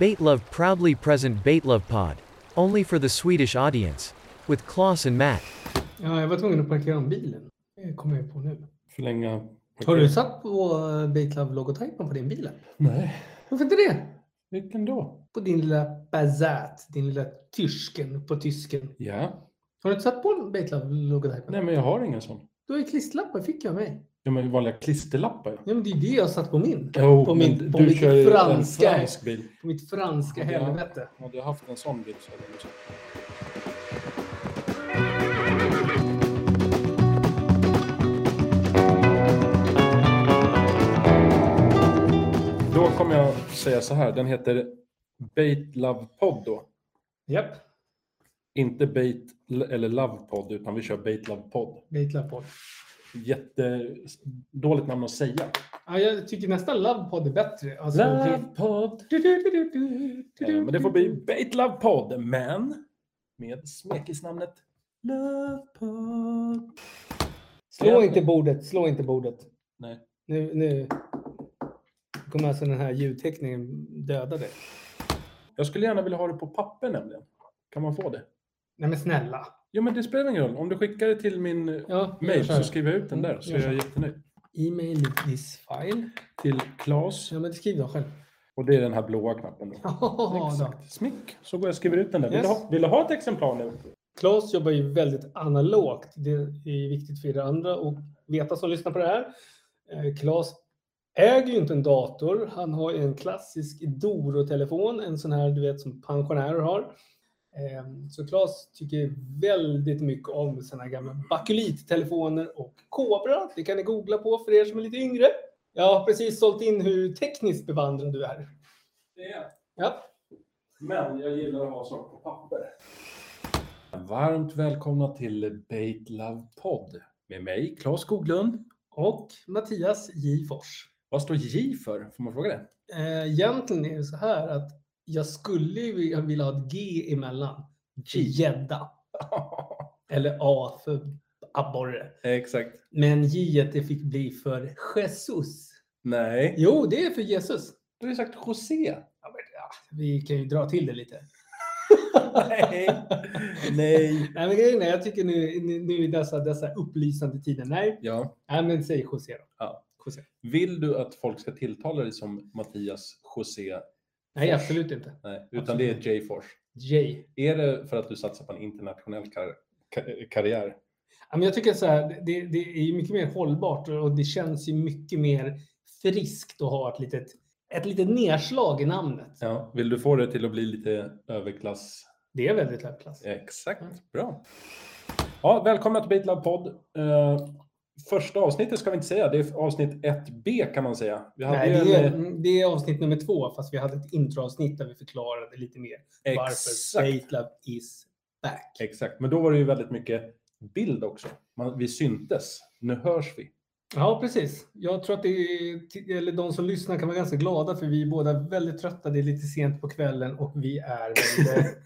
Baitlove proudly present Baitlove Pod. Only for the Swedish audience. With Klaus and Matt. Ja, jag var tvungen att parkera om bilen. Det kommer jag på nu. Förlänga... Har du satt på Baitlove-logotypen på din bil? Nej. Varför inte det? Vilken då? På din lilla Bazat, din lilla tysken på tysken. Ja. Har du inte satt på Baitlove-logotypen? Nej, men jag har ingen sån. Du har ju klisterlappar, fick jag mig. Ja, men vanliga klisterlappar. Ja, men det är ju det jag satt på min. Jo, oh, På men min- på du min kör ju franska. en fransk bil. På mitt franska Ja. helvete. Hade jag haft en sån bil så hade jag sagt. Då kommer jag säga så här. Den heter Bait Love Pod då. Japp, Inte Bait eller Love Pod utan vi kör Bait Love Pod. Baitlove-podd. Jätte dåligt namn att säga. Ja, jag tycker nästan Love-podd är bättre. Alltså, Pod. Du, du, du, du, du, du, Eh, du, Men det får bli Bait Love Pod, men med smekisnamnet Love Pod. Slå inte bordet, slå inte bordet. Nej. Nu, nu kommer alltså den här ljudteckningen döda dig. Jag skulle gärna vilja ha det på papper nämligen. Kan man få det? Nej men snälla. Jo, men det spelar ingen roll. Om du skickar det till min eh, Ja, jag mail kör. så skriver jag ut den där så är Mm, gör jag jättenöjd. E-mail this file. Till Claes. Ja men skriv då själv. Och det är den här blåa knappen. Då. Ja, då. Exakt. Smick. Så går jag och skriver ut den där. Vill, Yes. du ha, vill du ha ett exemplar nu? Claes jobbar ju väldigt analogt. Det är viktigt för er andra att veta som lyssnar på det här. Eh, Claes äger ju inte en dator. Han har ju en klassisk Doro-telefon, en sån här du vet som pensionärer har. Eh, Så Claes tycker väldigt mycket om sina gamla bakulittelefoner och Cobra. Det kan ni googla på för er som är lite yngre. Jag har precis sålt in hur tekniskt bevandrad du är. Det är Ja. Men jag gillar att ha saker på papper. Varmt välkomna till Bait Love Pod med mig, Claes Skoglund. Och Mattias J. Fors. Vad står J för? Får man fråga det? Eh, Egentligen är det så här att jag skulle ju vilja ha ett G emellan. Gädda. Eller A för abborre. Exakt. Men J det fick bli för Jesus. Nej. Jo, det är för Jesus. Du har ju sagt José. Ja, men, ja, vi kan ju dra till det lite. Nej. Nej. Nej, men grejen är, jag tycker nu, nu- nu i dessa, dessa upplysande tider, nej, Ja. nej men säg José då. Ja. José. Vill du att folk ska tilltala dig som Mattias José? Nej, absolut inte. Nej, utan det är J Fors. J. Är det för att du satsar på en internationell kar- ka- karriär? Ja, men jag tycker så här, det, det är ju mycket mer hållbart och det känns ju mycket mer friskt att ha ett litet, ett litet nedslag i namnet. Ja. Vill du få det till att bli lite överklass? Det är väldigt högklass. Exakt, Mm. bra. Ja, välkomna till Beatlab podd. Eh, första avsnittet ska vi inte säga, det är avsnitt 1B kan man säga. Vi hade Nej, ju det, är, en, eh, mm, det är avsnitt nummer två, fast vi hade ett introavsnitt där vi förklarade lite mer varför exakt, Bait Lab is back. exakt, men då var det ju väldigt mycket bild också. Man, vi syntes, nu hörs vi. Ja, precis. Jag tror att det är, ti- eller de som lyssnar kan vara ganska glada för vi är båda väldigt trötta. Det är lite sent på kvällen och vi är väldigt,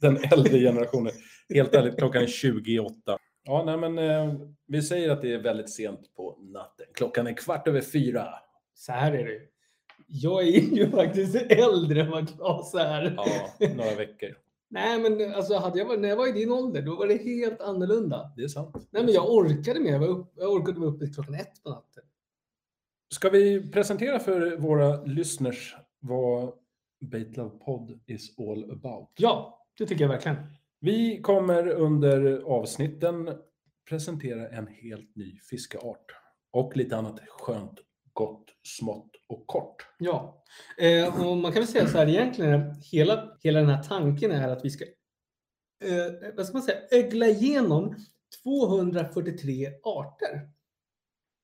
Den äldre generationen. Helt ärligt, klockan är 28. Ja, nej, men eh, vi säger att det är väldigt sent på natten. Klockan är kvart över fyra. så här är det ju. Jag är ju faktiskt äldre än vad Claes är. Ja, några veckor. Nej, men alltså, hade jag varit, när jag var i din ålder, då var det helt annorlunda. Det är sant. Nej, men jag orkade mer. Jag, var upp, jag orkade vara uppe till klockan ett på natten. Ska vi presentera för våra lyssners vad Baitlove Pod is all about? Ja, det tycker jag verkligen. Vi kommer under avsnitten presentera en helt ny fiskeart och lite annat skönt, gott, smått och kort. Ja, eh, och man kan väl säga så här egentligen. Hela, hela den här tanken är att vi ska, eh, vad ska man säga, ögla igenom 243 arter.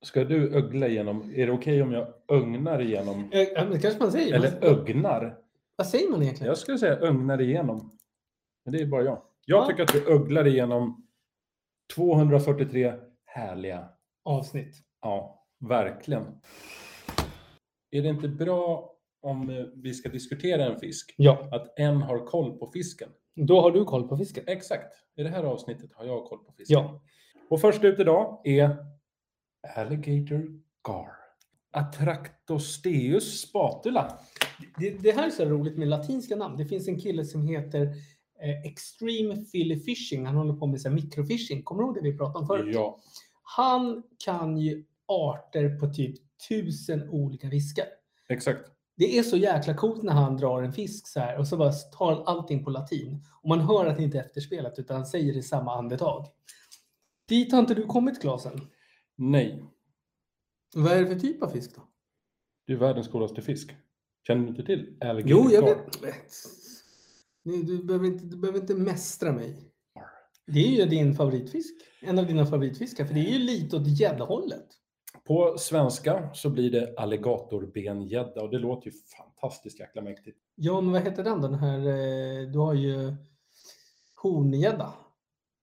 Ska du ögla igenom? Är det okej om jag ögnar igenom? Eh, ja, men det kanske man säger. Eller Vad- ögnar? Vad säger man egentligen? Jag skulle säga ögnar igenom. Men det är bara jag. Jag Ja. tycker att vi öglar igenom 243 härliga Avsnitt. Ja, verkligen. Är det inte bra om eh, vi ska diskutera en fisk, Ja, att en har koll på fisken? då har du koll på fisken. Exakt. I det här avsnittet har jag koll på fisken. Ja, Och först ut idag är Alligator Gar. Atractosteus spatula. Det, det här är så roligt med latinska namn. Det finns en kille som heter eh, Extreme Philly Fishing. Han håller på med så här microfishing. Kommer du ihåg det vi pratade om förut? Ja. Han kan ju arter på typ tusen olika fiskar. Exakt. Det är så jäkla coolt när han drar en fisk så här och så bara tar han allting på latin. Och man hör att det inte är efterspelat utan han säger det i samma andetag. Dit har inte du kommit Klasen. Nej. Vad är det för typ av fisk då? Det är världens coolaste fisk. Känner du inte till? Alligator Jo, jag carp. vet. Nej, Du behöver, inte, du behöver inte mästra mig. Det är ju din favoritfisk. En av dina favoritfiskar. För det är ju lite åt gäddhållet. På svenska så blir det alligatorbengädda och det låter ju fantastiskt jäkla mäktigt. Ja, men vad heter den? Den här, eh, du har ju hongädda.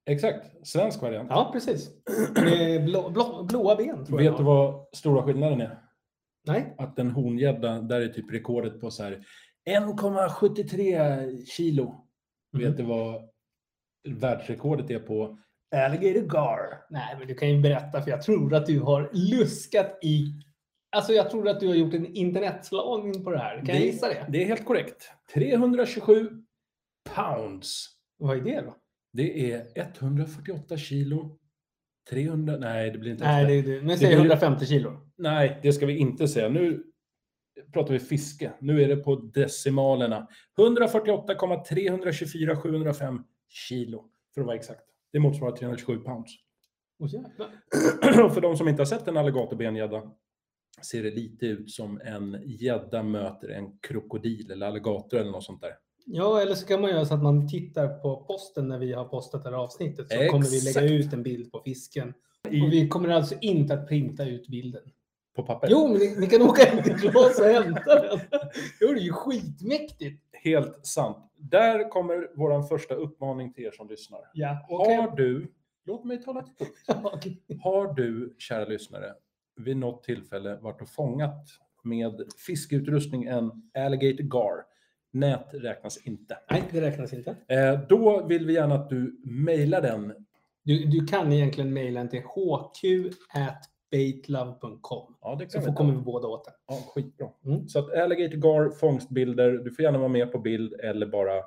Exakt, svensk variant. Ja, precis. Med blå, blå, blåa ben tror jag. Vet du vad stora skillnaden är? Nej. Att en hongädda, där är typ rekordet på så här 1,73 kilo. Mhm. Vet du vad världsrekordet är på alligator gar? Nej, men du kan ju berätta för jag tror att du har luskat i... Alltså jag tror att du har gjort en internetslagning på det här. Kan jag gissa det? Det är helt korrekt. 327 pounds. Vad är det då? Det är 148 kilo. 300, nej det blir inte Nej, efter. det, det, men säg 150 kilo. Nej, det ska vi inte säga. Nu pratar vi fiske. Nu är det på decimalerna. 148,324 705 kilo, för att vara exakt. Det motsvarar 327 pounds. Åh, jävlar. Och för de som inte har sett en alligatorbenjädda ser det lite ut som en gädda möter en krokodil eller alligator eller något sånt där. ja, eller så kan man göra så att man tittar på posten när vi har postat det här avsnittet. Så kommer vi lägga Exakt. ut en bild på fisken. Och I, vi kommer alltså inte att printa ut bilden. på papper. Jo, men ni, ni kan åka hem till Claes och hämta den. Jo, det är ju skitmäktigt. Helt sant. Där kommer vår första uppmaning till er som lyssnar. Ja, Har du, låt mig tala till punkt. Har du, kära lyssnare, vid något tillfälle varit och fångat med fiskeutrustning en alligator gar? Nät räknas inte. Nej, det räknas inte. Eh, då vill vi gärna att du mejlar den. Du, du kan egentligen mejla till hq.baitlove.com. Ja, det Så kan vi får ta. kommer vi båda åt det. Ja, skitbra. Mm. Så att alligator gar, fångstbilder. Du får gärna vara med på bild eller bara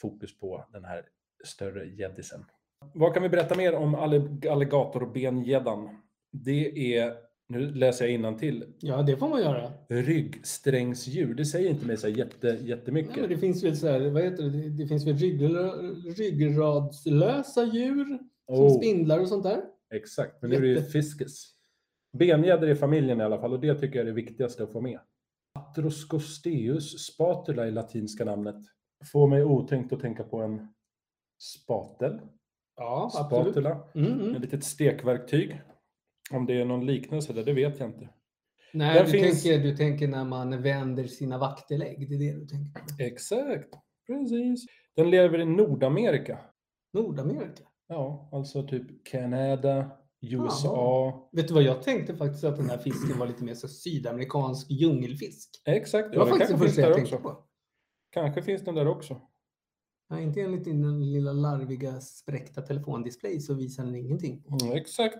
fokus på den här större gäddisen. Vad kan vi berätta mer om allig- alligatorbenjäddan? Det är, nu läser jag till. Ja, det får man göra. ryggsträngsdjur. Det säger inte mig så här jätte, jättemycket. Nej, men det finns väl så här, vad heter det? Det- Det finns väl ryggra- ryggradslösa djur som Oh, spindlar och sånt där. exakt, men nu är det ju Jätte. fiskes. Bengäddor i familjen i alla fall och det tycker jag är det viktigaste att få med. Atroscosteus spatula i latinska namnet får mig otänkt att tänka på en spatel, Ja, absolut. spatula, Mm, ett mm. litet stekverktyg. Om det är någon liknelse där, det vet jag inte. Nej, Där du, finns- tänker, du tänker när man vänder sina vaktelägg. Det är det du tänker på. Exakt, precis. Den lever i Nordamerika. Nordamerika. Ja, alltså typ Kanada, USA. Vet du vad jag tänkte faktiskt att den här fisken var lite mer så sydamerikansk djungelfisk. Exakt, Det var ja, faktiskt det kanske finns första jag där tänkte också. på. Kanske finns den där också. Ja, inte enligt din lilla larviga spräckta telefondisplay så visar den ingenting. Mm, exakt.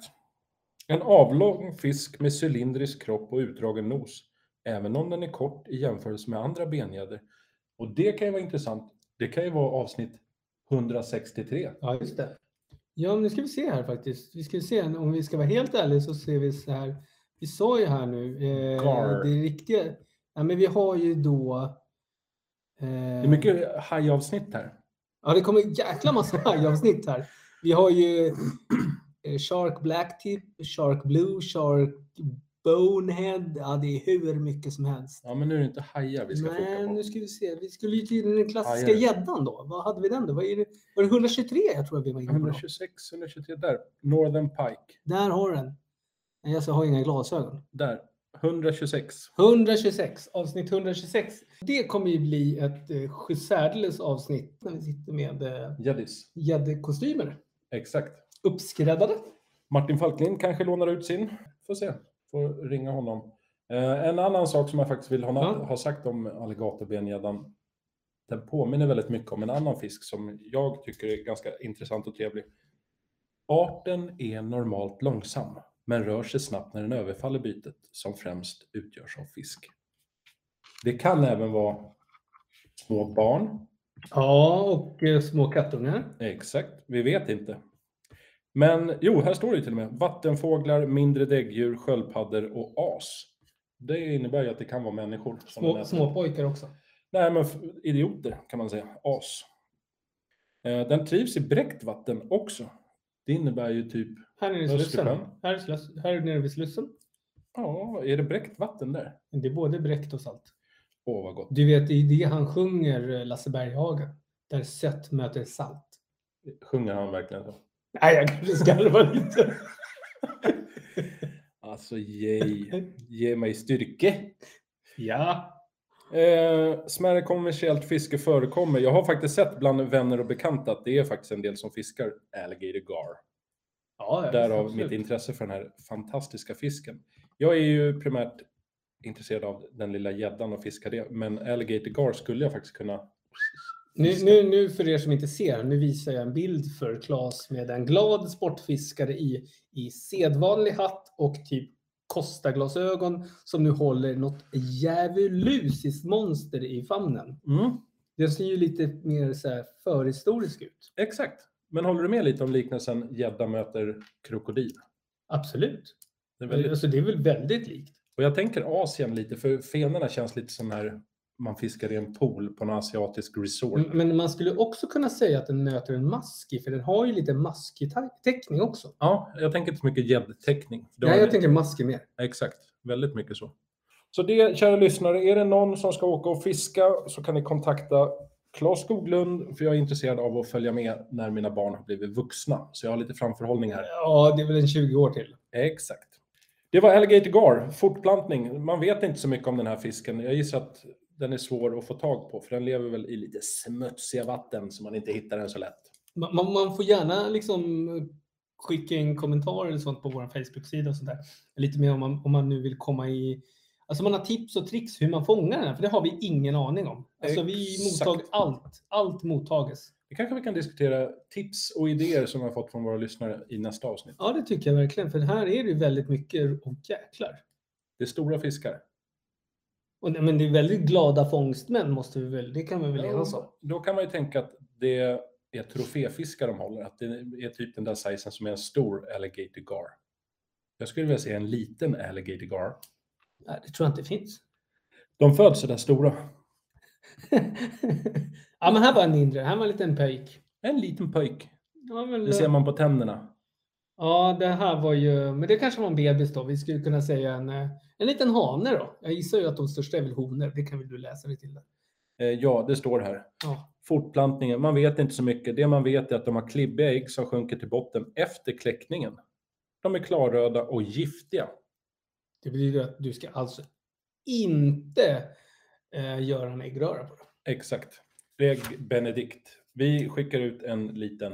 En avlång fisk med cylindrisk kropp och utdragen nos, även om den är kort i jämförelse med andra benjäder. Och det kan ju vara intressant. Det kan ju vara avsnitt 163. Ja, just det. Ja, men nu ska vi se här faktiskt. Vi ska se, om vi ska vara helt ärliga så ser vi så här. Vi sa ju här nu, eh, Gar. det riktiga. Ja, men vi har ju då... Eh, Det är mycket hajavsnitt här. Ja, det kommer en jäkla massa hajavsnitt här. Vi har ju eh, Shark Blacktip, Shark Blue, Shark Bonehead. Ja, det är hur mycket som helst. Ja, men nu är det inte hajar vi ska Men nu fokusera på. ska vi se. Vi skulle ju till den klassiska Hajar. gäddan då. Vad hade vi den då? Vad är det? Var det 123 jag tror vi var inne på? då? 126, 123 där. Northern Pike. Där har den. Nej, alltså, jag har inga glasögon. Där. 126. 126, avsnitt 126. Det kommer ju bli ett eh, särdeles avsnitt när vi sitter med eh, Gäddis. gäddkostymer. Exakt. Uppskräddade. Martin Falklind kanske lånar ut sin. Får se. Får ringa honom. Eh, en annan sak som jag faktiskt vill ha, Ja. ha sagt om alligatorbenjäddan. Den påminner väldigt mycket om en annan fisk som jag tycker är ganska intressant och trevlig. Arten är normalt långsam. men rör sig snabbt när den överfaller bytet som främst utgörs av fisk. Det kan även vara små barn. Ja, och eh, små kattungar. Exakt, vi vet inte. Men jo, här står det ju till och med vattenfåglar, mindre däggdjur, sköldpaddor och as. Det innebär ju att det kan vara människor. Som den Små, äter. små pojkar också. Nej, men f- idioter kan man säga. As. Eh, Den trivs i bräckt vatten också. Det innebär ju typ, Här nere i Östersjön. Slussen. Här, är sluss, här nere vid Slussen. ja, är det bräckt vatten där? Det är både bräckt och salt. Åh, vad gott. Du vet, i det han sjunger, eh, Lasse Berghagen, där sött möter salt. Sjunger han verkligen så? Nej, jag kanske skarvar lite. Alltså, ge, ge mig styrke. Ja. Eh, smärre kommersiellt fiske förekommer. Jag har faktiskt sett bland vänner och bekanta att det är faktiskt en del som fiskar alligator gar. ja ja, Därav absolut. mitt intresse för den här fantastiska fisken. Jag är ju primärt intresserad av den lilla gäddan och fiska det, men alligator gar skulle jag faktiskt kunna. Nu, nu, nu för er som inte ser, nu visar jag en bild för Claes med en glad sportfiskare i, i sedvanlig hatt och typ Costa-glasögon som nu håller något djävulusiskt monster i famnen. Mm, Det ser ju lite mer så här förhistorisk ut. Exakt. Men håller du med lite om liknelsen gädda möter krokodil? Absolut. Det är väldigt... Alltså, det är väl väldigt likt. Och jag tänker Asien lite, för fenorna känns lite som när man fiskar i en pool på en asiatisk resort. Mm, Men man skulle också kunna säga att den möter en maskig, för den har ju lite maskig ta- teckning också. Ja, jag tänker inte så mycket gäddteckning. Det har Nej, jag ni- tänker maskig mer. Exakt, väldigt mycket så. Så det, kära lyssnare, är det någon som ska åka och fiska så kan ni kontakta Claes Skoglund, för jag är intresserad av att följa med när mina barn har blivit vuxna. Så jag har lite framförhållning här. Ja, det är väl en 20 år till. Exakt. Det var alligator gar, fortplantning. Man vet inte så mycket om den här fisken. Jag gissar att den är svår att få tag på, för den lever väl i lite smutsiga vatten så man inte hittar den så lätt. Man, man, man får gärna liksom skicka in kommentarer eller sånt på vår Facebook-sida och sånt där. Lite mer om man, om man nu vill komma i... Alltså man har tips och tricks hur man fångar den, här, för det har vi ingen aning om. Alltså vi Exakt. mottag allt. Allt mottages. Det kanske vi kan diskutera tips och idéer som vi har fått från våra lyssnare i nästa avsnitt. Ja, det tycker jag verkligen, för här är det ju väldigt mycket, och jäklar. Det är stora fiskar. Och, nej, men det är väldigt glada fångstmän, måste vi väl, det kan vi väl Ja, enas om. Då kan man ju tänka att det är troféfiskar de håller, att det är typ den där sizen som är en stor alligator gar. Jag skulle vilja se en liten alligator gar. Nej, det tror jag inte finns. De föds sådär stora. ja, men här var en mindre. Här var en liten pöjk. En liten pojk. Ja, men, Det ser man på tänderna. ja, det här var ju... Men det kanske var en bebis då. Vi skulle kunna säga en, eh, en liten hane då. Jag gissar ju att de största är väl honor. Det kan väl du läsa dig till. Där. Eh, ja, det står här. Ja. Fortplantningen, man vet inte så mycket. Det man vet är att de har klibbiga ägg som sjunker till botten efter kläckningen. De är klarröda och giftiga. Det betyder att du ska alltså inte eh, göra en äggröra på dem. Exakt. Ägg Benedikt. Vi skickar ut en liten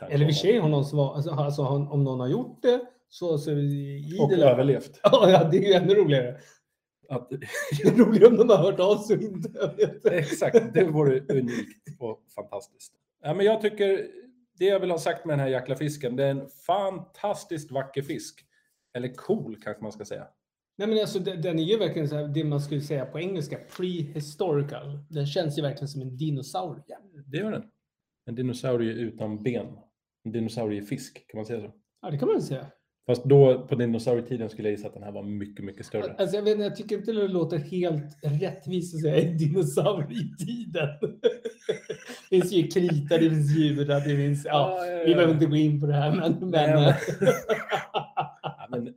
tanke Eller om vi ser om någon, som var, alltså, alltså, om om någon har gjort det så, så är vi att- Och idel. överlevt. Ja, det är ju ännu roligare. Att Det är roligare om de har hört av sig och inte. Jag vet inte. Exakt, det vore unikt och fantastiskt. Ja, men jag tycker, det jag vill ha sagt med den här jäkla fisken, det är en fantastiskt vacker fisk. Eller cool kanske man ska säga. Nej men alltså den, den är ju verkligen så här, det man skulle säga på engelska, prehistorical. Den känns ju verkligen som en dinosaurie. Det gör den. En dinosaurie utan ben. En dinosauriefisk, kan man säga så? Ja, det kan man väl säga. Fast då, på dinosaurietiden, skulle jag gissa att den här var mycket, mycket större. Alltså jag, vet, inte, jag tycker inte det låter helt rättvist att säga en dinosaurie i tiden. det finns ju krita, det finns djur, det finns... Ja, ja, vi behöver inte gå in på det här, men... men Nej, Ja, men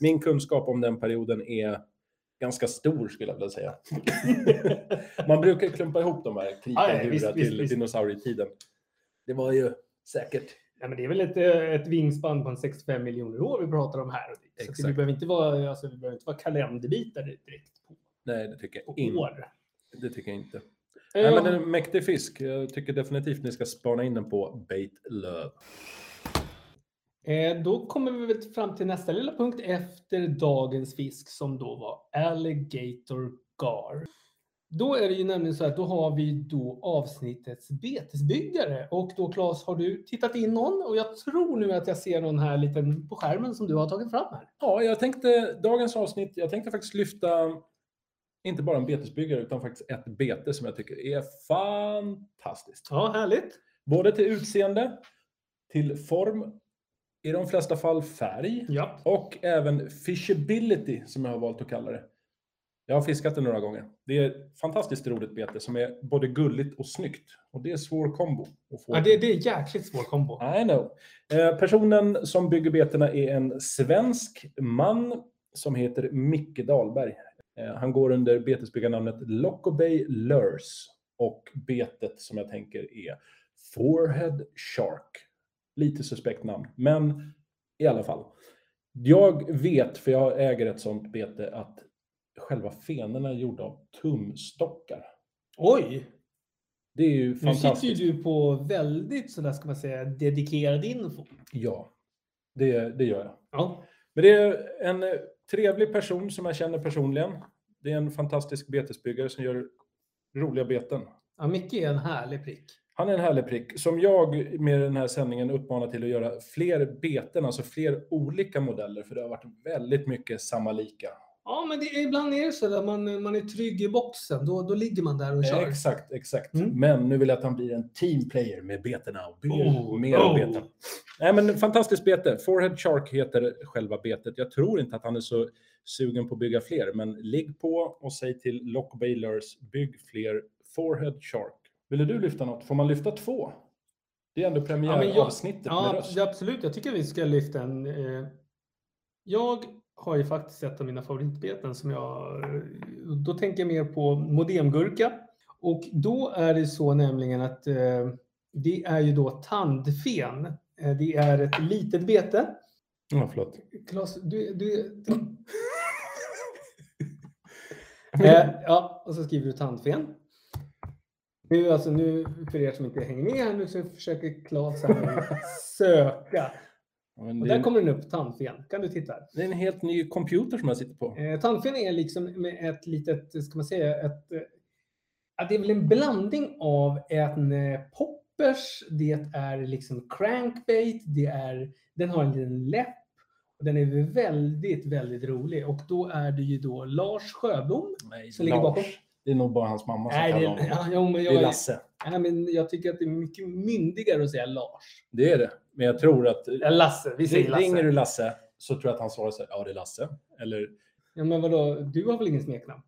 min kunskap om den perioden är ganska stor, skulle jag vilja säga. Man brukar klumpa ihop de här Ja, ja, kritandjuren visst, till visst, visst. dinosaurietiden. Det var ju säkert Nej, men det är väl ett, eh, ett vingspann på en 65 miljoner år vi pratar om här. och dit. Så att vi Exakt. behöver inte vara, alltså, vi behöver inte vara kalenderbitar direkt på Nej, det tycker jag på inte. år. Det tycker jag inte. Nej, men det är en mäktig fisk. Jag tycker definitivt ni ska spana in den på Bait Love. Eh, Då kommer vi väl fram till nästa lilla punkt efter dagens fisk som då var alligator gar. Då är det ju nämligen så att då har vi då avsnittets betesbyggare och då Claes har du tittat in någon och jag tror nu att jag ser någon här liten på skärmen som du har tagit fram här. Ja, jag tänkte dagens avsnitt, jag tänkte faktiskt lyfta inte bara en betesbyggare utan faktiskt ett bete som jag tycker är fantastiskt. Ja, härligt. Både till utseende, till form, i de flesta fall färg Ja. och även fishability som jag har valt att kalla det. Jag har fiskat det några gånger. Det är ett fantastiskt roligt bete som är både gulligt och snyggt. Och det är svår kombo att få. ja det, det är jäkligt svår kombo. I know. Eh, Personen som bygger betena är en svensk man som heter Micke Dahlberg. Eh, Han går under betesbyggarnamnet Loco Bay Lures och betet som jag tänker är Forehead Shark. Lite suspekt namn, men i alla fall. Jag vet, för jag äger ett sånt bete, att själva fenorna är gjorda av tumstockar. Oj! Det är ju Nu fantastiskt. sitter ju du på väldigt sådär ska man säga dedikerad info. Ja, det, det gör jag. Ja. Men det är en eh, trevlig person som jag känner personligen. Det är en fantastisk betesbyggare som gör roliga beten. ja, Micke är en härlig prick. Han är en härlig prick som jag med den här sändningen uppmanar till att göra fler beten, alltså fler olika modeller, för det har varit väldigt mycket samma lika. Ja, men det, är- ibland är det så att man, man är trygg i boxen. Då, då ligger man där och Eh, kör. Exakt, exakt. Mm. Men nu vill jag att han blir en teamplayer med betena och ber Oh, mer oh. om beten. Nej, men fantastiskt bete. Forehead Shark heter själva betet. Jag tror inte att han är så sugen på att bygga fler, men ligg på och säg till Lock Bailers, bygg fler Forehead Shark. Ville du lyfta något? Får man lyfta två? Det är ändå premiäravsnittet med ja, röst. ja, absolut. Jag tycker vi ska lyfta en. Eh, jag har ju faktiskt ett av mina favoritbeten som jag... eh, Då tänker jag mer på modemgurka. Och då är det så nämligen att eh, det är ju då tandfen. Eh, Det är ett litet bete. Ja, förlåt. Klas, du... du eh, ja, och så skriver du tandfen. Nu, alltså, nu, för er som inte hänger med här nu så försöker Klas här söka. Ja, men Och det, är där en, kommer den upp, tandfen. Kan du titta? här? det är en helt ny computer som jag sitter på. Eh, tandfen är liksom med ett litet, ska man säga, ett... eh, Ja, det är väl en blandning av en eh, poppers, det är liksom crankbait, det är, den har en liten läpp. Och den är väldigt, väldigt rolig. Och då är det ju då Lars Sjöblom Nej, som ligger bakom. Det är nog bara hans mamma som Nej, kallar det, honom. ja, jo, men Det är jag, Lasse. nej, men jag tycker att det är mycket myndigare att säga Lars. Det är det. Men jag tror att Ja, Lasse, vi säger Lasse. Ringer du Lasse så tror jag att han svarar så här, ja det är Lasse. Eller, Ja, men vadå, du har väl ingen smeknamn?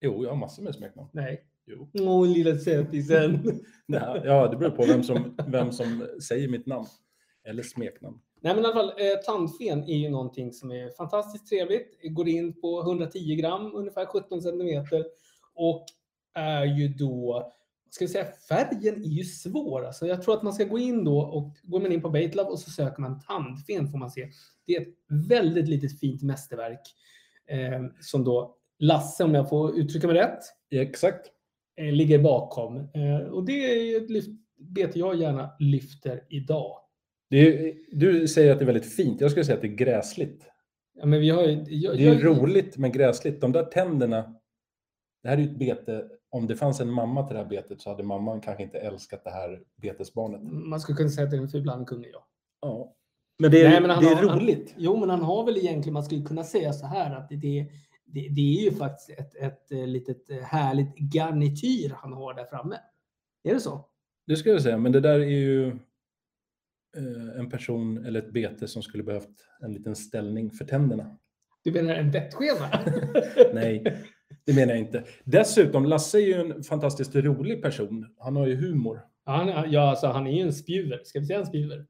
jo jag har massor med smeknamn. Nej. Jo. Åh, lilla sötisen. Ja, ja, det beror på vem som, vem som säger mitt namn. Eller smeknamn. Nej men i alla fall, eh, tandfen är ju någonting som är fantastiskt trevligt. Går in på 110 gram, ungefär 17 centimeter. Och är ju då, ska vi säga, färgen är ju svår. Alltså jag tror att man ska gå in då och går man in på Baitlab och så söker man tandfen får man se. Det är ett väldigt litet fint mästerverk. Eh, som då Lasse, om jag får uttrycka mig rätt, Exakt. eh, ligger bakom. Eh, och det är ju ett lyft, bete jag gärna lyfter idag. Det är, du säger att det är väldigt fint. Jag skulle säga att det är gräsligt. Ja, men vi har ju, jag, Det är ju jag- roligt men gräsligt. De där tänderna. Det här är ju ett bete. Om det fanns en mamma till det här betet så hade mamman kanske inte älskat det här betesbarnet. Man skulle kunna säga att det är en ful handkunnig, ja. Ja. Men det är, Nej, men han det är har- han- roligt. Jo, men han har väl egentligen, man skulle kunna säga så här att det, det, det, det är ju faktiskt ett, ett eh, litet eh, härligt garnityr han har där framme. Är det så? Det skulle jag säga, men det där är ju eh, en person eller ett bete som skulle behövt en liten ställning för tänderna. Du menar en bettskena? Nej, det menar jag inte. Dessutom, Lasse är ju en fantastiskt rolig person. Han har ju humor. Ja, han, är- ja, alltså, han är ju en spjuver. Ska vi säga en spjuver? Eh,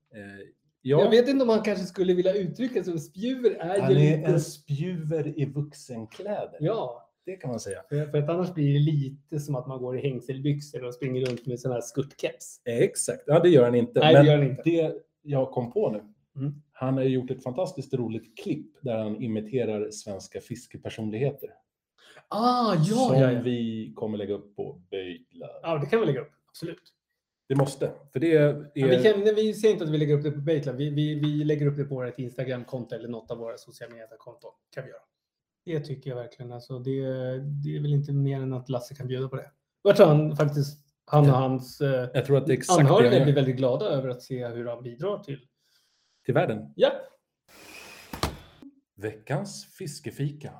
Jag ja, vet inte om han kanske skulle vilja uttrycka sig som spjuver är han ju är lite... en spjuver i vuxenkläder. Ja, Det kan man säga. för för att annars blir det lite som att man går i hängselbyxor och springer runt med sån här skuttkeps. Eh, exakt, ja det gör han inte. Nej, men det gör han inte. det jag kom på nu. Mm. Han har ju gjort ett fantastiskt roligt klipp där han imiterar svenska fiskepersonligheter. Ah, som vi kommer lägga upp på Böjtla. Ja, det kan vi lägga upp. Absolut. Det måste. För det är... Men vi, kan, nej, vi säger inte att vi lägger upp det på Baitlab. Vi, vi, vi lägger upp det på vårt Instagram-konto eller något av våra sociala medier-konton. kan vi göra. Det tycker jag verkligen. Alltså, det, det är väl inte mer än att Lasse kan bjuda på det. Jag tror han faktiskt, han och hans eh, Jag tror att det är exakt det anhöriga han blir gör väldigt glada över att se hur han bidrar till. till världen. Ja, Veckans fiskefika.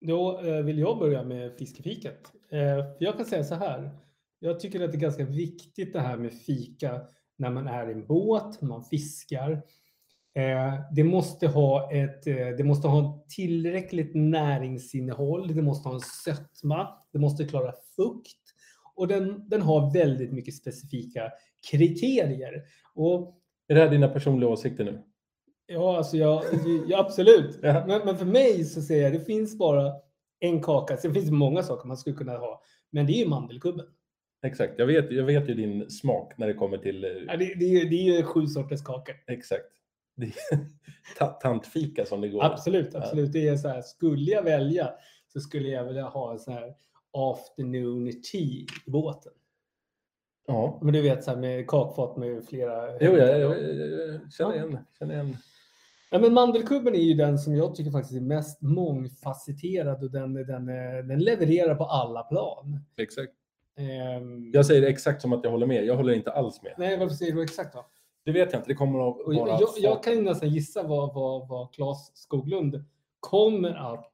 då eh, vill jag börja med fiskefiket. Eh, Jag kan säga så här. Jag tycker att det är ganska viktigt det här med fika när man är i en båt, man fiskar. Eh, Det måste ha ett, eh, det måste ha tillräckligt näringsinnehåll, det måste ha en sötma, det måste klara fukt och den, den har väldigt mycket specifika kriterier. Och Är det här dina personliga åsikter nu? Ja, alltså jag, ja, absolut. Ja. Men, men för mig så säger jag, det finns bara en kaka. Sen finns det många saker man skulle kunna ha. Men det är ju mandelkubben. Exakt, jag vet, jag vet ju din smak när det kommer till... eh, Ja, det, det, är ju- det är ju sju sorters kakor. Exakt. Det är ta- tantfika som det går. Absolut, absolut. Det är så här, skulle jag välja så skulle jag vilja ha en sån här afternoon tea i båten. Ja. Men du vet så här med kakfat med flera. Jo, jag, jag, jag jag känner igen. Känner igen. Ja, men mandelkubben är ju den som jag tycker faktiskt är mest mångfacetterad och den, den, eh, den levererar på alla plan. Exakt. Ehm, Jag säger det exakt som att jag håller med. Jag håller inte alls med. Nej, varför säger du exakt då? Det vet jag inte. Det kommer av Och bara jag, jag, jag folk. kan ju nästan gissa vad, vad, vad Claes Skoglund kommer att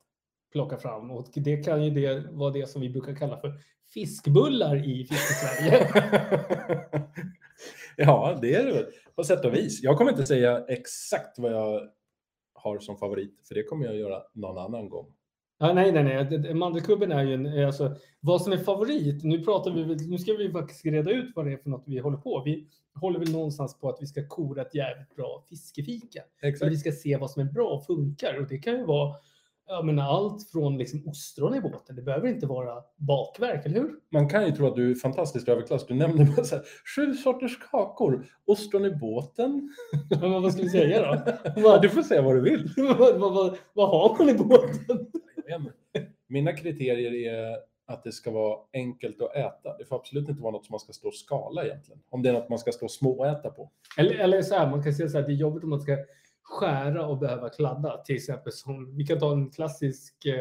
plocka fram. Och det kan ju det, vara det som vi brukar kalla för fiskbullar i Fiskesverige. ja, det är det väl. På sätt och vis. Jag kommer inte säga exakt vad jag har som favorit, för det kommer jag göra någon annan gång. ja, nej, nej, nej. Det- det- Mandelkubben är ju en, är alltså, vad som är favorit. Nu pratar vi väl, nu ska vi faktiskt reda ut vad det är för något vi håller på. Vi håller väl någonstans på att vi ska kora ett jävligt bra fiskefika. Så Exakt. vi ska se vad som är bra och funkar. Och det kan ju vara jag menar, allt från liksom ostron i båten. Det behöver inte vara bakverk, eller hur? Man kan ju tro att du är fantastiskt överklass. Du nämnde bara så här, sju sorters kakor, ostron i båten. Men vad skulle jag säga då? Ja, Vad, Du får säga vad du vill. vad, vad, vad, vad har man i båten? Men Mina kriterier är att det ska vara enkelt att äta. Det får absolut inte vara något som man ska stå och skala egentligen. Om det är något man ska stå och småäta på. Eller, eller så här, man kan säga så här, det är jobbigt om man ska skära och behöva kladda. Till exempel, som, vi kan ta en klassisk eh,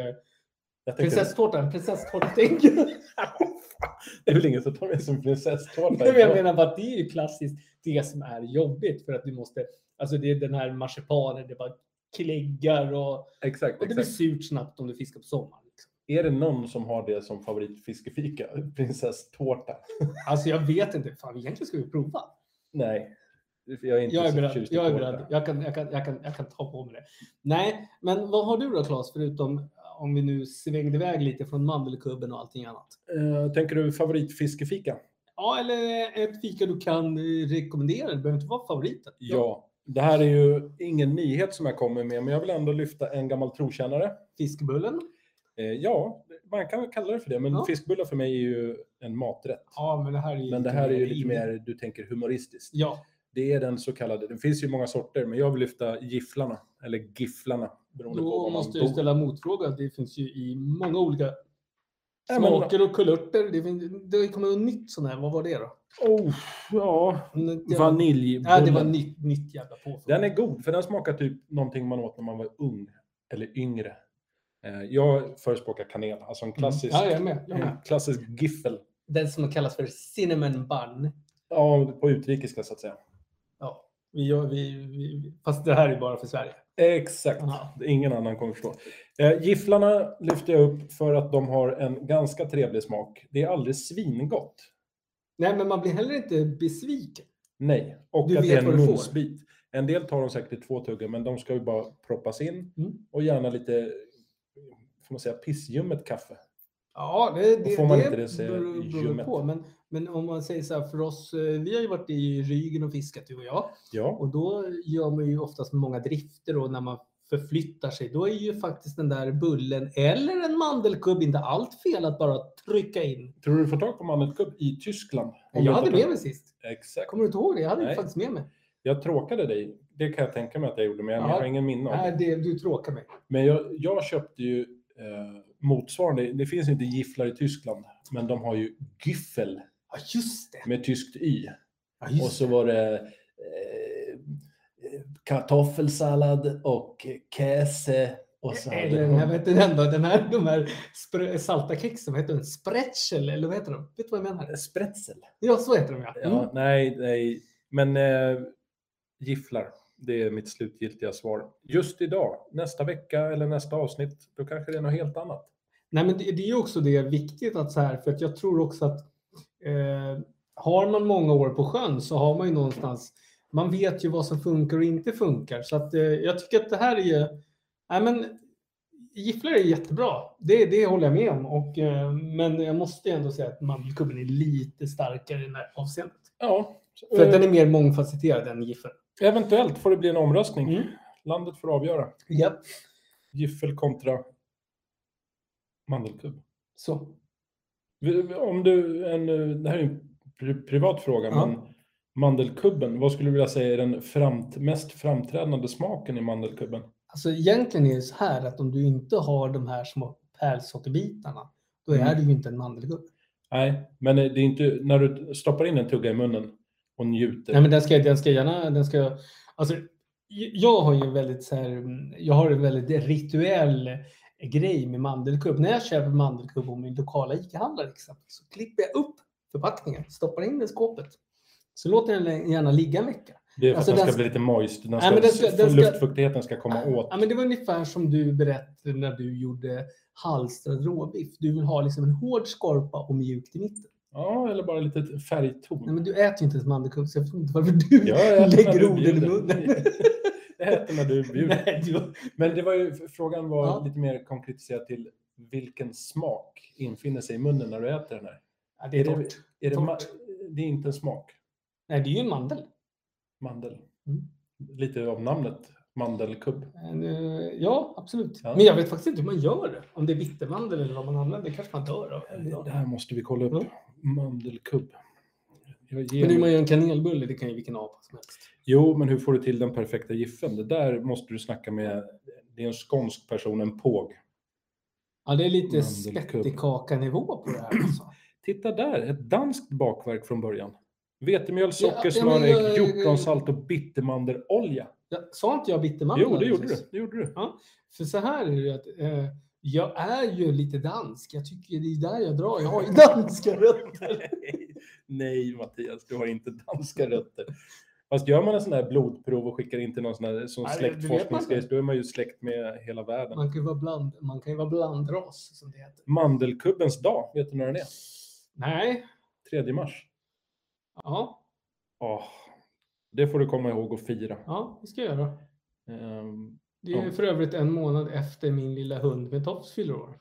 Jag tänker, prinsesstårta, en prinsesstårta. tänker jag. Det är väl ingen som tar med som prinsesstårta. Men jag menar bara, det är ju klassiskt det som är jobbigt för att du måste, alltså det är den här marsipanen, det är bara kläggar och Exakt, Och det blir exakt. surt snabbt om du fiskar på sommaren. Liksom. Är det någon som har det som favoritfiskefika? Prinsesstårta? Alltså jag vet inte. Fan, egentligen ska vi prova. Nej, jag är inte Jag är så beredd. förtjust i Jag, är tårta. beredd. jag, kan, jag, kan, jag, kan, jag kan ta på mig det. Nej, men vad har du då Claes? Förutom om vi nu svängde iväg lite från mandelkubben och allting annat. Eh, tänker du favoritfiskefika? Ja, eller ett fika du kan eh, rekommendera. Det behöver inte vara favoriten. Ja. Det här är ju ingen nyhet som jag kommer med, men jag vill ändå lyfta en gammal trokännare. Fiskbullen. Eh, ja, man kan kalla det för det, men Ja. fiskbullar för mig är ju en maträtt. Ja, men det här är ju Men det här är ju lite mer, du tänker humoristiskt. Ja, Det är den så kallade, det finns ju många sorter, men jag vill lyfta gifflarna, eller gifflarna, beroende på då var man måste jag ju bor. ställa en motfråga. Det finns ju i många olika Ja, men- smaker och kulörter. Det, finns, det kommer något nytt sån här. Vad var det då? Oh, ja. Det- Vaniljbullen. Ja, det var nytt, nytt jävla påfund. Den är god, för den smakar typ någonting man åt när man var ung eller yngre. Eh, Jag förespråkar kanel, alltså en klassisk, Mm. Ja, jag är med. Jag är med. en klassisk giffel. Den som kallas för cinnamon bun. Ja, på utrikiska så att säga. Ja, vi gör, vi, vi, fast det här är bara för Sverige. Exakt. Ja. Ingen annan kommer förstå. Eh, Gifflarna lyfter jag upp för att de har en ganska trevlig smak. Det är aldrig svingott. Nej, men man blir heller inte besviken. Nej. Och Du att det är vet vad en du får. munsbit. En del tar de säkert i två tuggar, men de ska ju bara proppas in. Mm. Och gärna lite, får man säga, pissljummet kaffe. Ja, det, det, får man inte det så är beror, beror väl ljummet. på. Men, men om man säger så här för oss, eh, vi har ju varit i Rügen och fiskat du och jag. Ja, Och då gör man ju oftast många drifter och när man förflyttar sig, då är ju faktiskt den där bullen eller en mandelkubb inte allt fel att bara trycka in. tror du du får tag på mandelkubb i Tyskland? Om du Jag hade tar- med mig sist. Exakt. Kommer du inte ihåg det? Jag hade Nej. faktiskt med mig. Jag tråkade dig. Det kan jag tänka mig att jag gjorde, men jag Ja. har ingen minne av det. Nej, det, du tråkar mig. Men jag, jag köpte ju eh, motsvarande, det finns inte gifflar i Tyskland, men de har ju Güffel Ja, just det. med tyskt y. Ja, Och just så var det eh, kartoffelsallad och käse Och så hade Eller den här, vad heter den då? Den här, de här spr- salta kexen, vad heter den? Spretzel eller vad heter de? Vet du vad jag menar? Spretzel. Ja, så heter de ja. Mm. Ja, Nej, nej. Men eh, gifflar, det är mitt slutgiltiga svar. Just idag, nästa vecka eller nästa avsnitt, då kanske det är något helt annat. Nej, men det, det är ju också det viktigt att så här, för att jag tror också att eh, har man många år på sjön så har man ju någonstans, man vet ju vad som funkar och inte funkar. Så att eh, jag tycker att det här är ju, nej men gifflar är jättebra, det, det håller jag med om. Och, eh, men jag måste ju ändå säga att mandelkubben är lite starkare i det här avseendet. Ja, eh, För att den är mer mångfacetterad än giffeln. eventuellt får det bli en omröstning. Mm. Landet får avgöra. Japp. Giffel kontra mandelkubb. Så. Vi- Om du, en, eh, det här är en pri- privat fråga, Ja. men mandelkubben, vad skulle du vilja säga är den framt, mest framträdande smaken i mandelkubben? Alltså egentligen är det så här att om du inte har de här små pärlsockerbitarna, då är Mm. det ju inte en mandelgubbe. Nej, men eh, det är inte när du stoppar in en tugga i munnen och njuter. Nej, men den ska, den ska gärna, den ska, alltså, j- jag har ju en väldigt så här, mm, jag har en väldigt rituell grej med mandelkubb. När jag köper mandelkubb på min lokala ICA-handlare till exempel, så klipper jag upp förpackningen, stoppar in den i skåpet. Så låter jag den gärna ligga en vecka. Det är för Alltså, att den den ska bli lite moist. Den Nej, ska, men den ska- den ska- luftfuktigheten ska komma åt. Ja, men det var ungefär som du berättade när du gjorde halstrad råbiff. Du vill ha liksom en hård skorpa och mjukt i mitten. Ja, eller bara lite färgton. Nej, men du äter ju inte ens mandelkubb så jag förstår inte varför du Jag äter när du lägger orden i bjuder. munnen. Jag äter när du bjuder. Nej, du... Men det var ju, frågan var Ja. lite mer konkretiserad till vilken smak infinner sig i munnen när du äter den här? ja, det är Är det- torrt. Är det, Torrt. ma- det är inte en smak. Nej, det är ju en mandel. Mandel. Mm. Lite av namnet. Mandelkubb. Men, eh, Ja, absolut. Ja. Men jag vet faktiskt inte hur man gör det. Om det är bittermandel eller vad man använder. Det kanske man dör av. Det här måste vi kolla upp. Ja. Mandelkubb. Jag Men ger hur mig- man gör en kanelbulle, det kan ju vilken apa som helst. Jo, men hur får du till den perfekta giffen? Det där måste du snacka med. Det är en skånsk person, en påg. Ja, det är lite Mandelkubb. spettikakanivå på det här. Alltså. Titta där, ett danskt bakverk från början. Vetemjöl, socker, ja, smör, men jag- ägg, jag- hjortronsalt och bittermandelolja. Ja, sa inte jag bittermandel? Jo, det gjorde alldeles? du. Det gjorde du. För så här är det ju att eh, jag är ju lite dansk. Jag tycker det är där jag drar. Jag har ju danska rötter. Nej, Mattias, du har inte danska rötter. Fast gör man en sån här blodprov och skickar in till någon sån här sån Nej, det- det vet man släktforskningsgrej, inte. då är man ju släkt med hela världen. Man kan ju vara, bland, man kan ju vara blandras som det heter. Mandelkubbens dag, vet du när den är? Nej, 3 mars. ja, Åh, det får du komma ihåg och fira. ja, det ska jag göra. Ehm, Det är Ja. för övrigt en månad efter min lilla hund med tofs fyller år.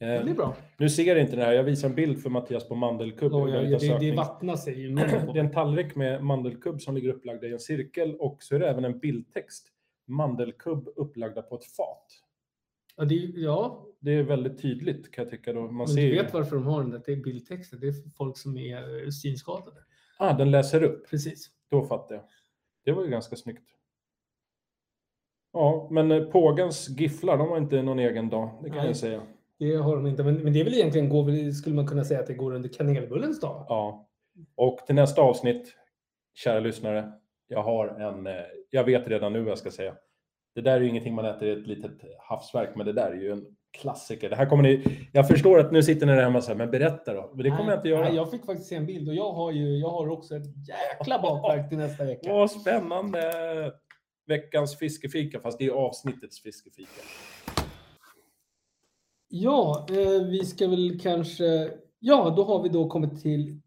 Det eh, blir bra. nu ser jag inte det här, jag visar en bild för Mattias på mandelkubb. Och Det var jag, lite det, det sökning. vattnar sig ju. munnen Det är på. en tallrik med mandelkubb som ligger upplagda i en cirkel och så är det även en bildtext. Mandelkubb upplagda på ett fat. Ja, det, är- ja, Det är väldigt tydligt kan jag tycka. Då. Man men ser du ju. vet varför de har den där det är bildtexten. Det är för folk som är eh, synskadade. Ah, den läser upp. Precis. Då fattar jag. Det var ju ganska snyggt. Ja, men eh, pågens gifflar, de har inte någon egen dag. Det kan Nej. jag säga. Det har de inte. Men, men det är väl egentligen, går, väl- skulle man kunna säga att det går under kanelbullens dag? Ja. Och till nästa avsnitt, kära lyssnare. Jag har en, eh, jag vet redan nu vad jag ska säga. Det där är ju ingenting man äter i ett litet havsverk, men det där är ju en klassiker. Det här kommer ni, jag förstår att nu sitter ni där hemma och säger, men berätta då. Men det kommer Nej, jag inte göra. Nej, jag fick faktiskt se en bild och jag har ju jag har också ett jäkla bakverk till nästa vecka. Vad spännande! Veckans fiskefika, fast det är avsnittets fiskefika. Ja, eh, vi ska väl kanske... Ja, då har vi då kommit till...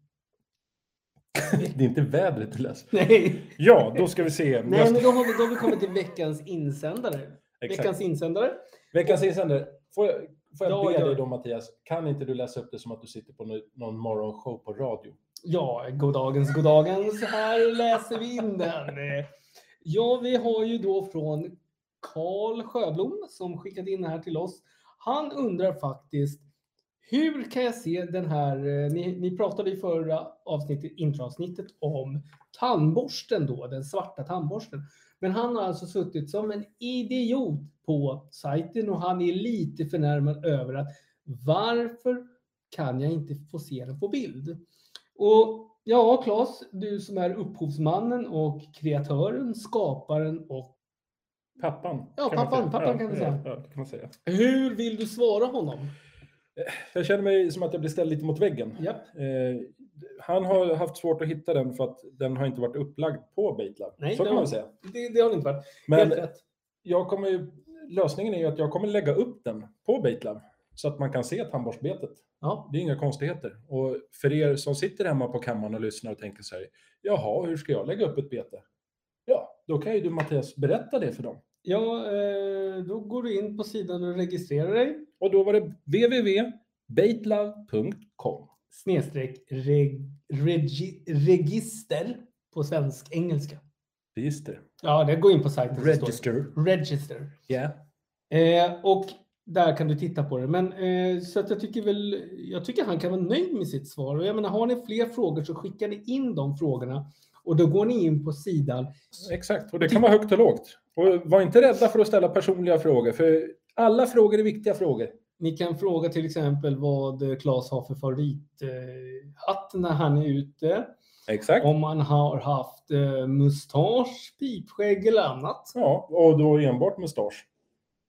Det är inte vädret du läser. Nej, Ja, då ska vi se. Nej men då har, vi, då har vi kommit till veckans insändare. Veckans, Veckans insändare? veckans insändare. Får jag, får jag Ja, be ja. dig då Mattias, kan inte du läsa upp det som att du sitter på nå- någon morgonshow på radio? Ja, goddagens, goddagens. Här läser vi in den. Eh, Ja, vi har ju då från Karl Sjöblom som skickat in det här till oss. Han undrar faktiskt hur kan jag se den här, eh, ni, ni pratade i förra avsnittet, introavsnittet om tandborsten då, den svarta tandborsten. Men han har alltså suttit som en idiot på sajten och han är lite förnärmad över att varför kan jag inte få se den på bild? Och ja, Claes, du som är upphovsmannen och kreatören, skaparen och Pappan. Ja, man pappan, säga. pappan kan vi säga. Ja, ja, det kan man säga. Hur vill du svara honom? Jag känner mig som att jag blir ställd lite mot väggen. Japp. Eh, han har haft svårt att hitta den för att den har inte varit upplagd på Baitlab. Nej, så det kan har- man säga. Det, det har det inte varit. Men Helt rätt. jag kommer ju, lösningen är ju att jag kommer lägga upp den på Baitlab så att man kan se tandborstbetet. Ja. Det är inga konstigheter. Och för er som sitter hemma på kammaren och lyssnar och tänker så här, jaha, hur ska jag lägga upp ett bete? Ja, då kan ju du Mattias berätta det för dem. Ja, eh, då går du in på sidan och registrerar dig. Och då var det www.baitlove.com. Snedstreck reg, regi, register på svensk-engelska. Register. Ja, det går in på sajten. så står det. Register. Register. Yeah. Eh, och där kan du titta på det. Men, eh, så att jag, tycker väl, jag tycker han kan vara nöjd med sitt svar. Och jag menar, har ni fler frågor så skickar ni in de frågorna. Och då går ni in på sidan. Exakt, och det kan vara högt och lågt. Och var inte rädda för att ställa personliga frågor, för alla frågor är viktiga frågor. Ni kan fråga till exempel vad eh, Claes har för favorithatt eh, hatt när han är ute. Exakt. Om man har haft eh, mustasch, pipskägg eller annat. Ja, och då enbart mustasch.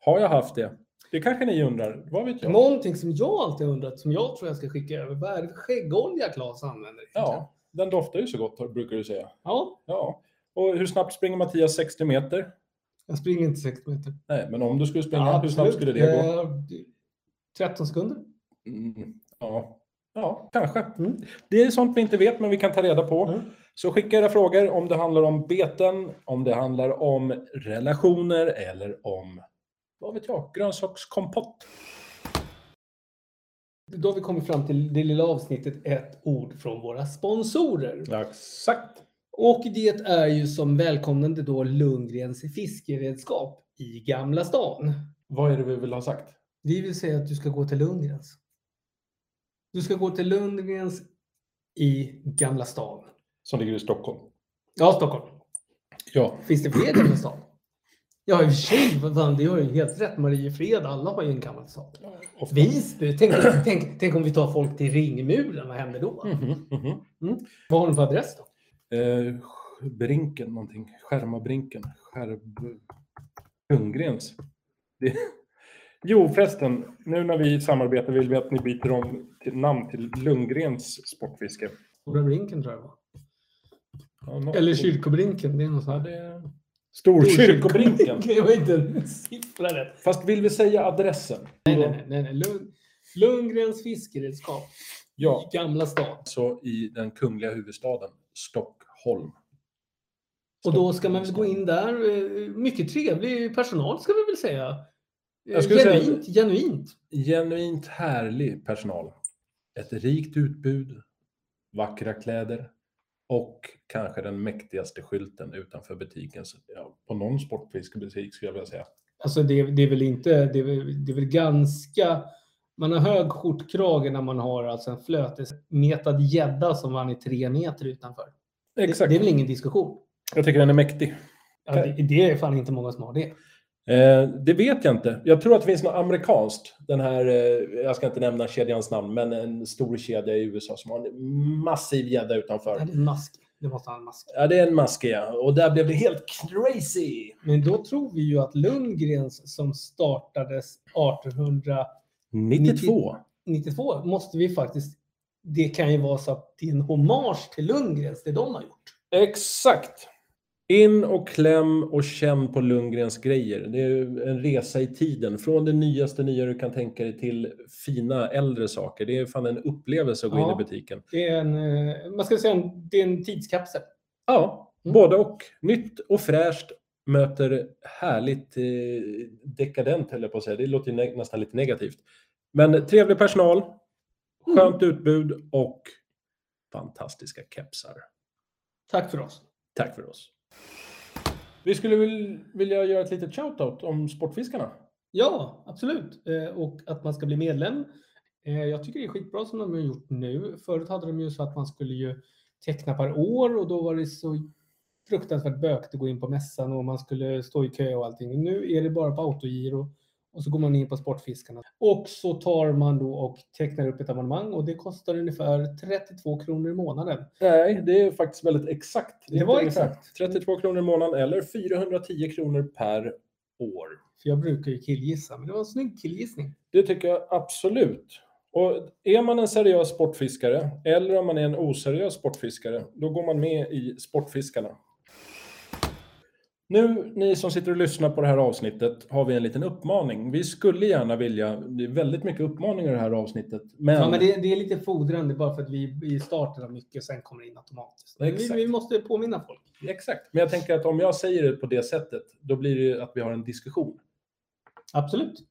Har jag haft det? Det kanske ni undrar, vad vet jag? Någonting som jag alltid har undrat, som jag tror jag ska skicka över. Vad är det för skäggolja Claes använder? egentligen? Ja, den doftar ju så gott, brukar du säga. ja. Ja. Och hur snabbt springer Mattias 60 meter? Jag springer inte 60 meter. Nej, men om du skulle springa, hur absolut. snabbt skulle det gå? Eh, 13 sekunder. Mm, ja. ja, kanske. Mm. Det är sånt vi inte vet, men vi kan ta reda på. Mm. Så skicka era frågor om det handlar om beten, om det handlar om relationer eller om, vad vet jag, grönsakskompott. Då har vi kommit fram till det lilla avsnittet ett ord från våra sponsorer. Exakt. Och det är ju som välkomnande då Lundgrens fiskeredskap i Gamla stan. Vad är det vi vill ha sagt? Vi vill säga att du ska gå till Lundgrens. Du ska gå till Lundgrens i Gamla stan. Som ligger i Stockholm. Ja, Stockholm. Ja. Finns det fler Gamla stan? Ja, i och för sig. vad fan, Det har ju helt rätt. Mariefred, alla har ju en Gamla stan. ofta. Visby, tänk, tänk, tänk om vi tar folk till Ringmuren. Vad händer då? Mhm, mhm. Vad har de för adress då? Eh, brinken någonting. Skärmabrinken. Skärb... Ljunggrens. Det... Jo förresten, nu när vi samarbetar vill vi att ni byter om till namn till Lundgrens Sportfiske. Stora Brinken tror jag det var. Ja, något- Eller Kyrkobrinken. Det är något så Ja, här. det- Storkyrkobrinken. Det var inte en siffra rätt. Fast vill vi säga adressen? Nej, nej, nej. nej, nej. Lund, Lundgrens fiskeredskap. Ja, I Gamla stan. så i den kungliga huvudstaden Stockholm. Och då ska man väl gå in där. eh, Mycket trevlig personal ska vi väl säga. Eh, Jag skulle säga- genuint, genuint. Genuint härlig personal. Ett rikt utbud, vackra kläder och kanske den mäktigaste skylten utanför butiken. Så, ja, på någon sportfiskebutik skulle jag vilja säga. Alltså det, det är väl inte, det är väl, det är väl ganska, man har hög skjortkrage när man har alltså en flötesmetad gädda som vann i tre meter utanför. Det, Exakt. det är väl ingen diskussion. Jag tycker den är mäktig. Ja, det, det är fan inte många som har det. Eh, det vet jag inte. Jag tror att det finns något amerikanskt. Den här, eh, jag ska inte nämna kedjans namn, men en stor kedja i USA som har en massiv gädda utanför. Det är en mask. Det måste ha en mask. Ja, det är en maske, ja. Och där blev det helt crazy. Men då tror vi ju att Lundgrens som startades 1892 92. måste vi faktiskt, det kan ju vara så att det är en hommage till Lundgrens, det de har gjort. Exakt. In och kläm och känn på Lundgrens grejer. Det är ju en resa i tiden. Från det nyaste nya du kan tänka dig till fina äldre saker. Det är fan en upplevelse att gå Ja. in i butiken. Det är en, eh, man ska säga, en, det är en tidskapsel. Ja, Mm. både och. Nytt och fräscht möter härligt eh, dekadent, höll jag på att säga. Det låter ju nä- nästan lite negativt. Men trevlig personal, Mm. skönt utbud och fantastiska kepsar. Tack för oss. Tack för oss. Vi skulle väl vilja göra ett litet shoutout om Sportfiskarna. Ja, absolut. Eh, Och att man ska bli medlem. Eh, Jag tycker det är skitbra som de har gjort nu. Förut hade de ju så att man skulle ju teckna per år och då var det så fruktansvärt bökigt att gå in på mässan och man skulle stå i kö och allting. Nu är det bara på autogiro och så går man in på Sportfiskarna. Och så tar man då och tecknar upp ett abonnemang och det kostar ungefär 32 kronor i månaden. Nej, det är faktiskt väldigt exakt. Det var Inte ungefär. exakt. 32 kronor i månaden eller 410 kronor per år. För jag brukar ju killgissa, men det var en snygg killgissning. Det tycker jag absolut. Och är man en seriös sportfiskare eller om man är en oseriös sportfiskare, då går man med i Sportfiskarna. Nu, ni som sitter och lyssnar på det här avsnittet, har vi en liten uppmaning. Vi skulle gärna vilja, det är väldigt mycket uppmaningar i det här avsnittet, men, Ja, men det, det är lite fodrande bara för att vi vi startar mycket och sen kommer det in automatiskt. Men Vi, Exakt. vi måste påminna folk. Exakt. men jag tänker att om jag säger det på det sättet, då blir det ju att vi har en diskussion. Absolut.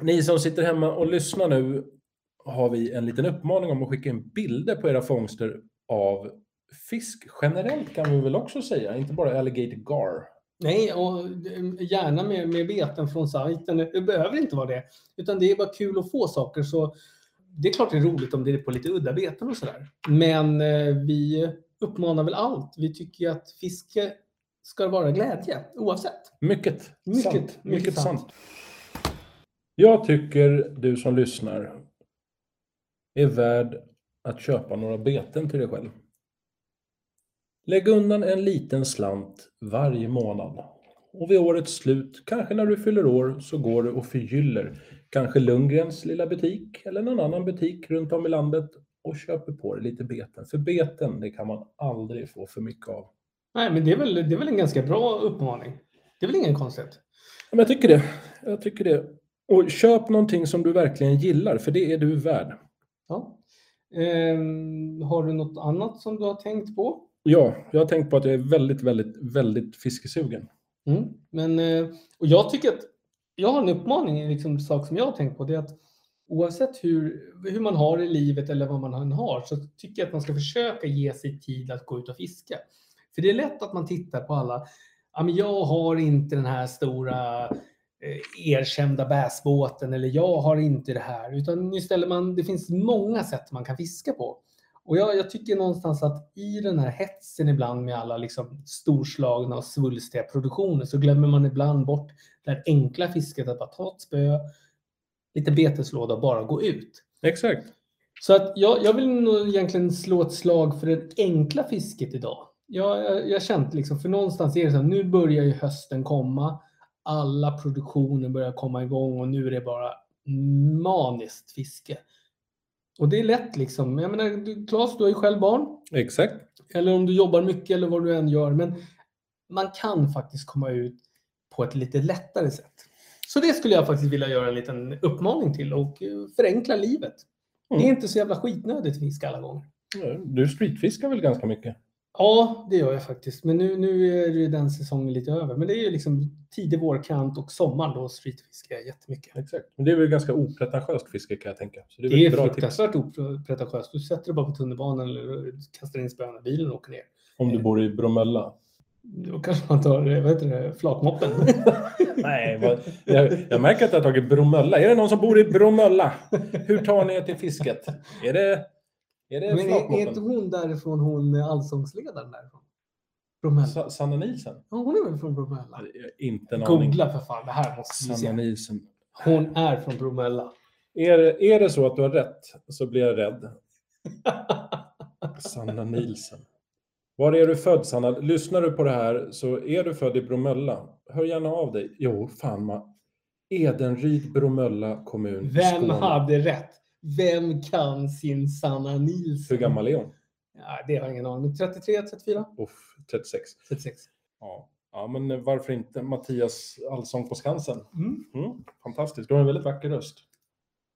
Ni som sitter hemma och lyssnar nu har vi en liten uppmaning om att skicka in bilder på era fångster av fisk. Generellt kan vi väl också säga, inte bara alligator gar. Nej, och eh, gärna med, med beten från sajten. Det behöver inte vara det. Utan det är bara kul att få saker. Så det är klart det är roligt om det är på lite udda beten och sådär. Men eh, vi uppmanar väl allt. Vi tycker ju att fiske ska vara glädje oavsett. Mycket, Mycket, sant. mycket sant. Jag tycker du som lyssnar är värd att köpa några beten till dig själv. Lägg undan en liten slant varje månad. Och vid årets slut, kanske när du fyller år, så går du och förgyller kanske Lundgrens lilla butik eller någon annan butik runt om i landet och köper på dig lite beten. För beten, det kan man aldrig få för mycket av. Nej, men det är, väl, det är väl en ganska bra uppmaning. Det är väl ingen konstigt. Ja, Men jag tycker det. Jag tycker det. Och köp någonting som du verkligen gillar, för det är du värd. Ja. Ehm, har du något annat som du har tänkt på? Ja, jag har tänkt på att jag är väldigt, väldigt, väldigt fiskesugen. Mm. Men, eh, och jag tycker att jag har en uppmaning, en liksom, sak som jag har tänkt på. Det är att oavsett hur, hur man har det i livet eller vad man än har så tycker jag att man ska försöka ge sig tid att gå ut och fiska. För det är lätt att man tittar på alla. Ja, men jag har inte den här stora eh, erkända bassbåten eller jag har inte det här. Utan istället man, det finns många sätt man kan fiska på. Och jag, jag tycker någonstans att i den här hetsen ibland med alla liksom storslagna och svulstiga produktioner så glömmer man ibland bort det här enkla fisket att bara ta ett spö, lite beteslåda och bara gå ut. Exakt. Så att jag, jag vill nog egentligen slå ett slag för det enkla fisket idag. Jag, jag, jag känt liksom, för någonstans är det så här, nu börjar ju hösten komma. Alla produktioner börjar komma igång och nu är det bara maniskt fiske. Och det är lätt liksom. Jag menar, du, Claes, du har ju själv barn Exakt. eller om du jobbar mycket eller vad du än gör. Men man kan faktiskt komma ut på ett lite lättare sätt. Så det skulle jag faktiskt vilja göra en liten uppmaning till och eh, förenkla livet. Mm. Det är inte så jävla skitnödigt att fiska alla gånger. Du streetfiskar väl ganska mycket? Ja, det gör jag faktiskt. Men nu, nu är ju den säsongen lite över. Men det är ju liksom tidig vårkant och sommar då streetfiskar jag jättemycket. Exakt. Men det är väl ganska opretentiöst fiske kan jag tänka. Så det är, Det är väl ett bra tips fruktansvärt opretentiöst. Du sätter dig bara på tunnelbanan eller kastar in spöna i bilen och åker ner. om du bor i Bromölla. Då kanske man tar, eh, vad heter det, flakmoppen. Nej, vad- jag, jag märker att jag har tagit Bromölla. Är det någon som bor i Bromölla? Hur tar ni er till fisket? Är det, är det Men Eh, är, är inte flakmoppen? hon därifrån, hon eh, allsångsledaren därifrån? Bromölla? Sa- Sanna Nielsen? Ja, hon är väl från Bromölla? Inte en aning. Googla för fan, det här måste vi Sanna se. Nielsen. Hon är från Bromölla. Är, det- är det så att du har rätt så blir jag rädd. Sanna Nielsen. Var är du född Sanna? Lyssnar du på det här så är du född i Bromölla. Hör gärna av dig. Jo, fan ma. Edenryd, Bromölla kommun. Vem Skåne. hade rätt? Vem kan sin Sanna Nilsson? Hur gammal är hon? Ja, det har jag ingen aning om. 33, 34, Uff, 36. 36. Ja. ja, men varför inte Mattias Allsång på Skansen? Mm. Mm, fantastiskt. Du har en väldigt vacker röst.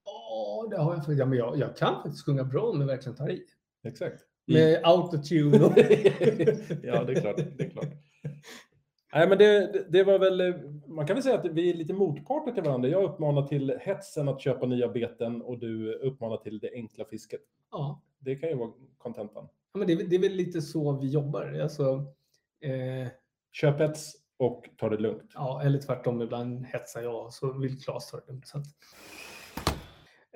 Åh, det har jag faktiskt. Ja, men jag, jag kan faktiskt sjunga bra om jag verkligen tar i. Exakt. Med autotune och... ja, det är klart. Det är klart. Nej, men det, det- det var väl, eh, man kan väl säga att vi är lite motparter till varandra. Jag uppmanar till hetsen att köpa nya beten och du uppmanar till det enkla fisket. Ja. Det kan ju vara kontentan. Ja, men det, är väl- det är väl lite så vi jobbar. Alltså, eh, Köp hets och ta det lugnt. Ja, eller tvärtom. Ibland hetsar jag och så vill Claes ta det lugnt, så att...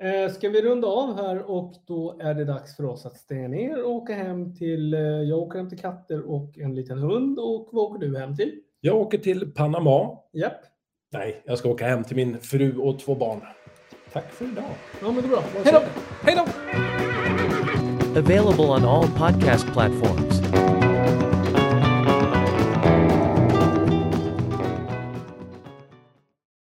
eh, Ska vi runda av här och då är det dags för oss att stänga ner och åka hem till... eh, Jag åker hem till katter och en liten hund. Och vad åker du hem till? Jag åker till Panama. Japp. Nej, jag ska åka hem till min fru och två barn. Tack för idag. Ja, men det är bra. Hej Hej då! då! Hej då! Available on all podcast platforms.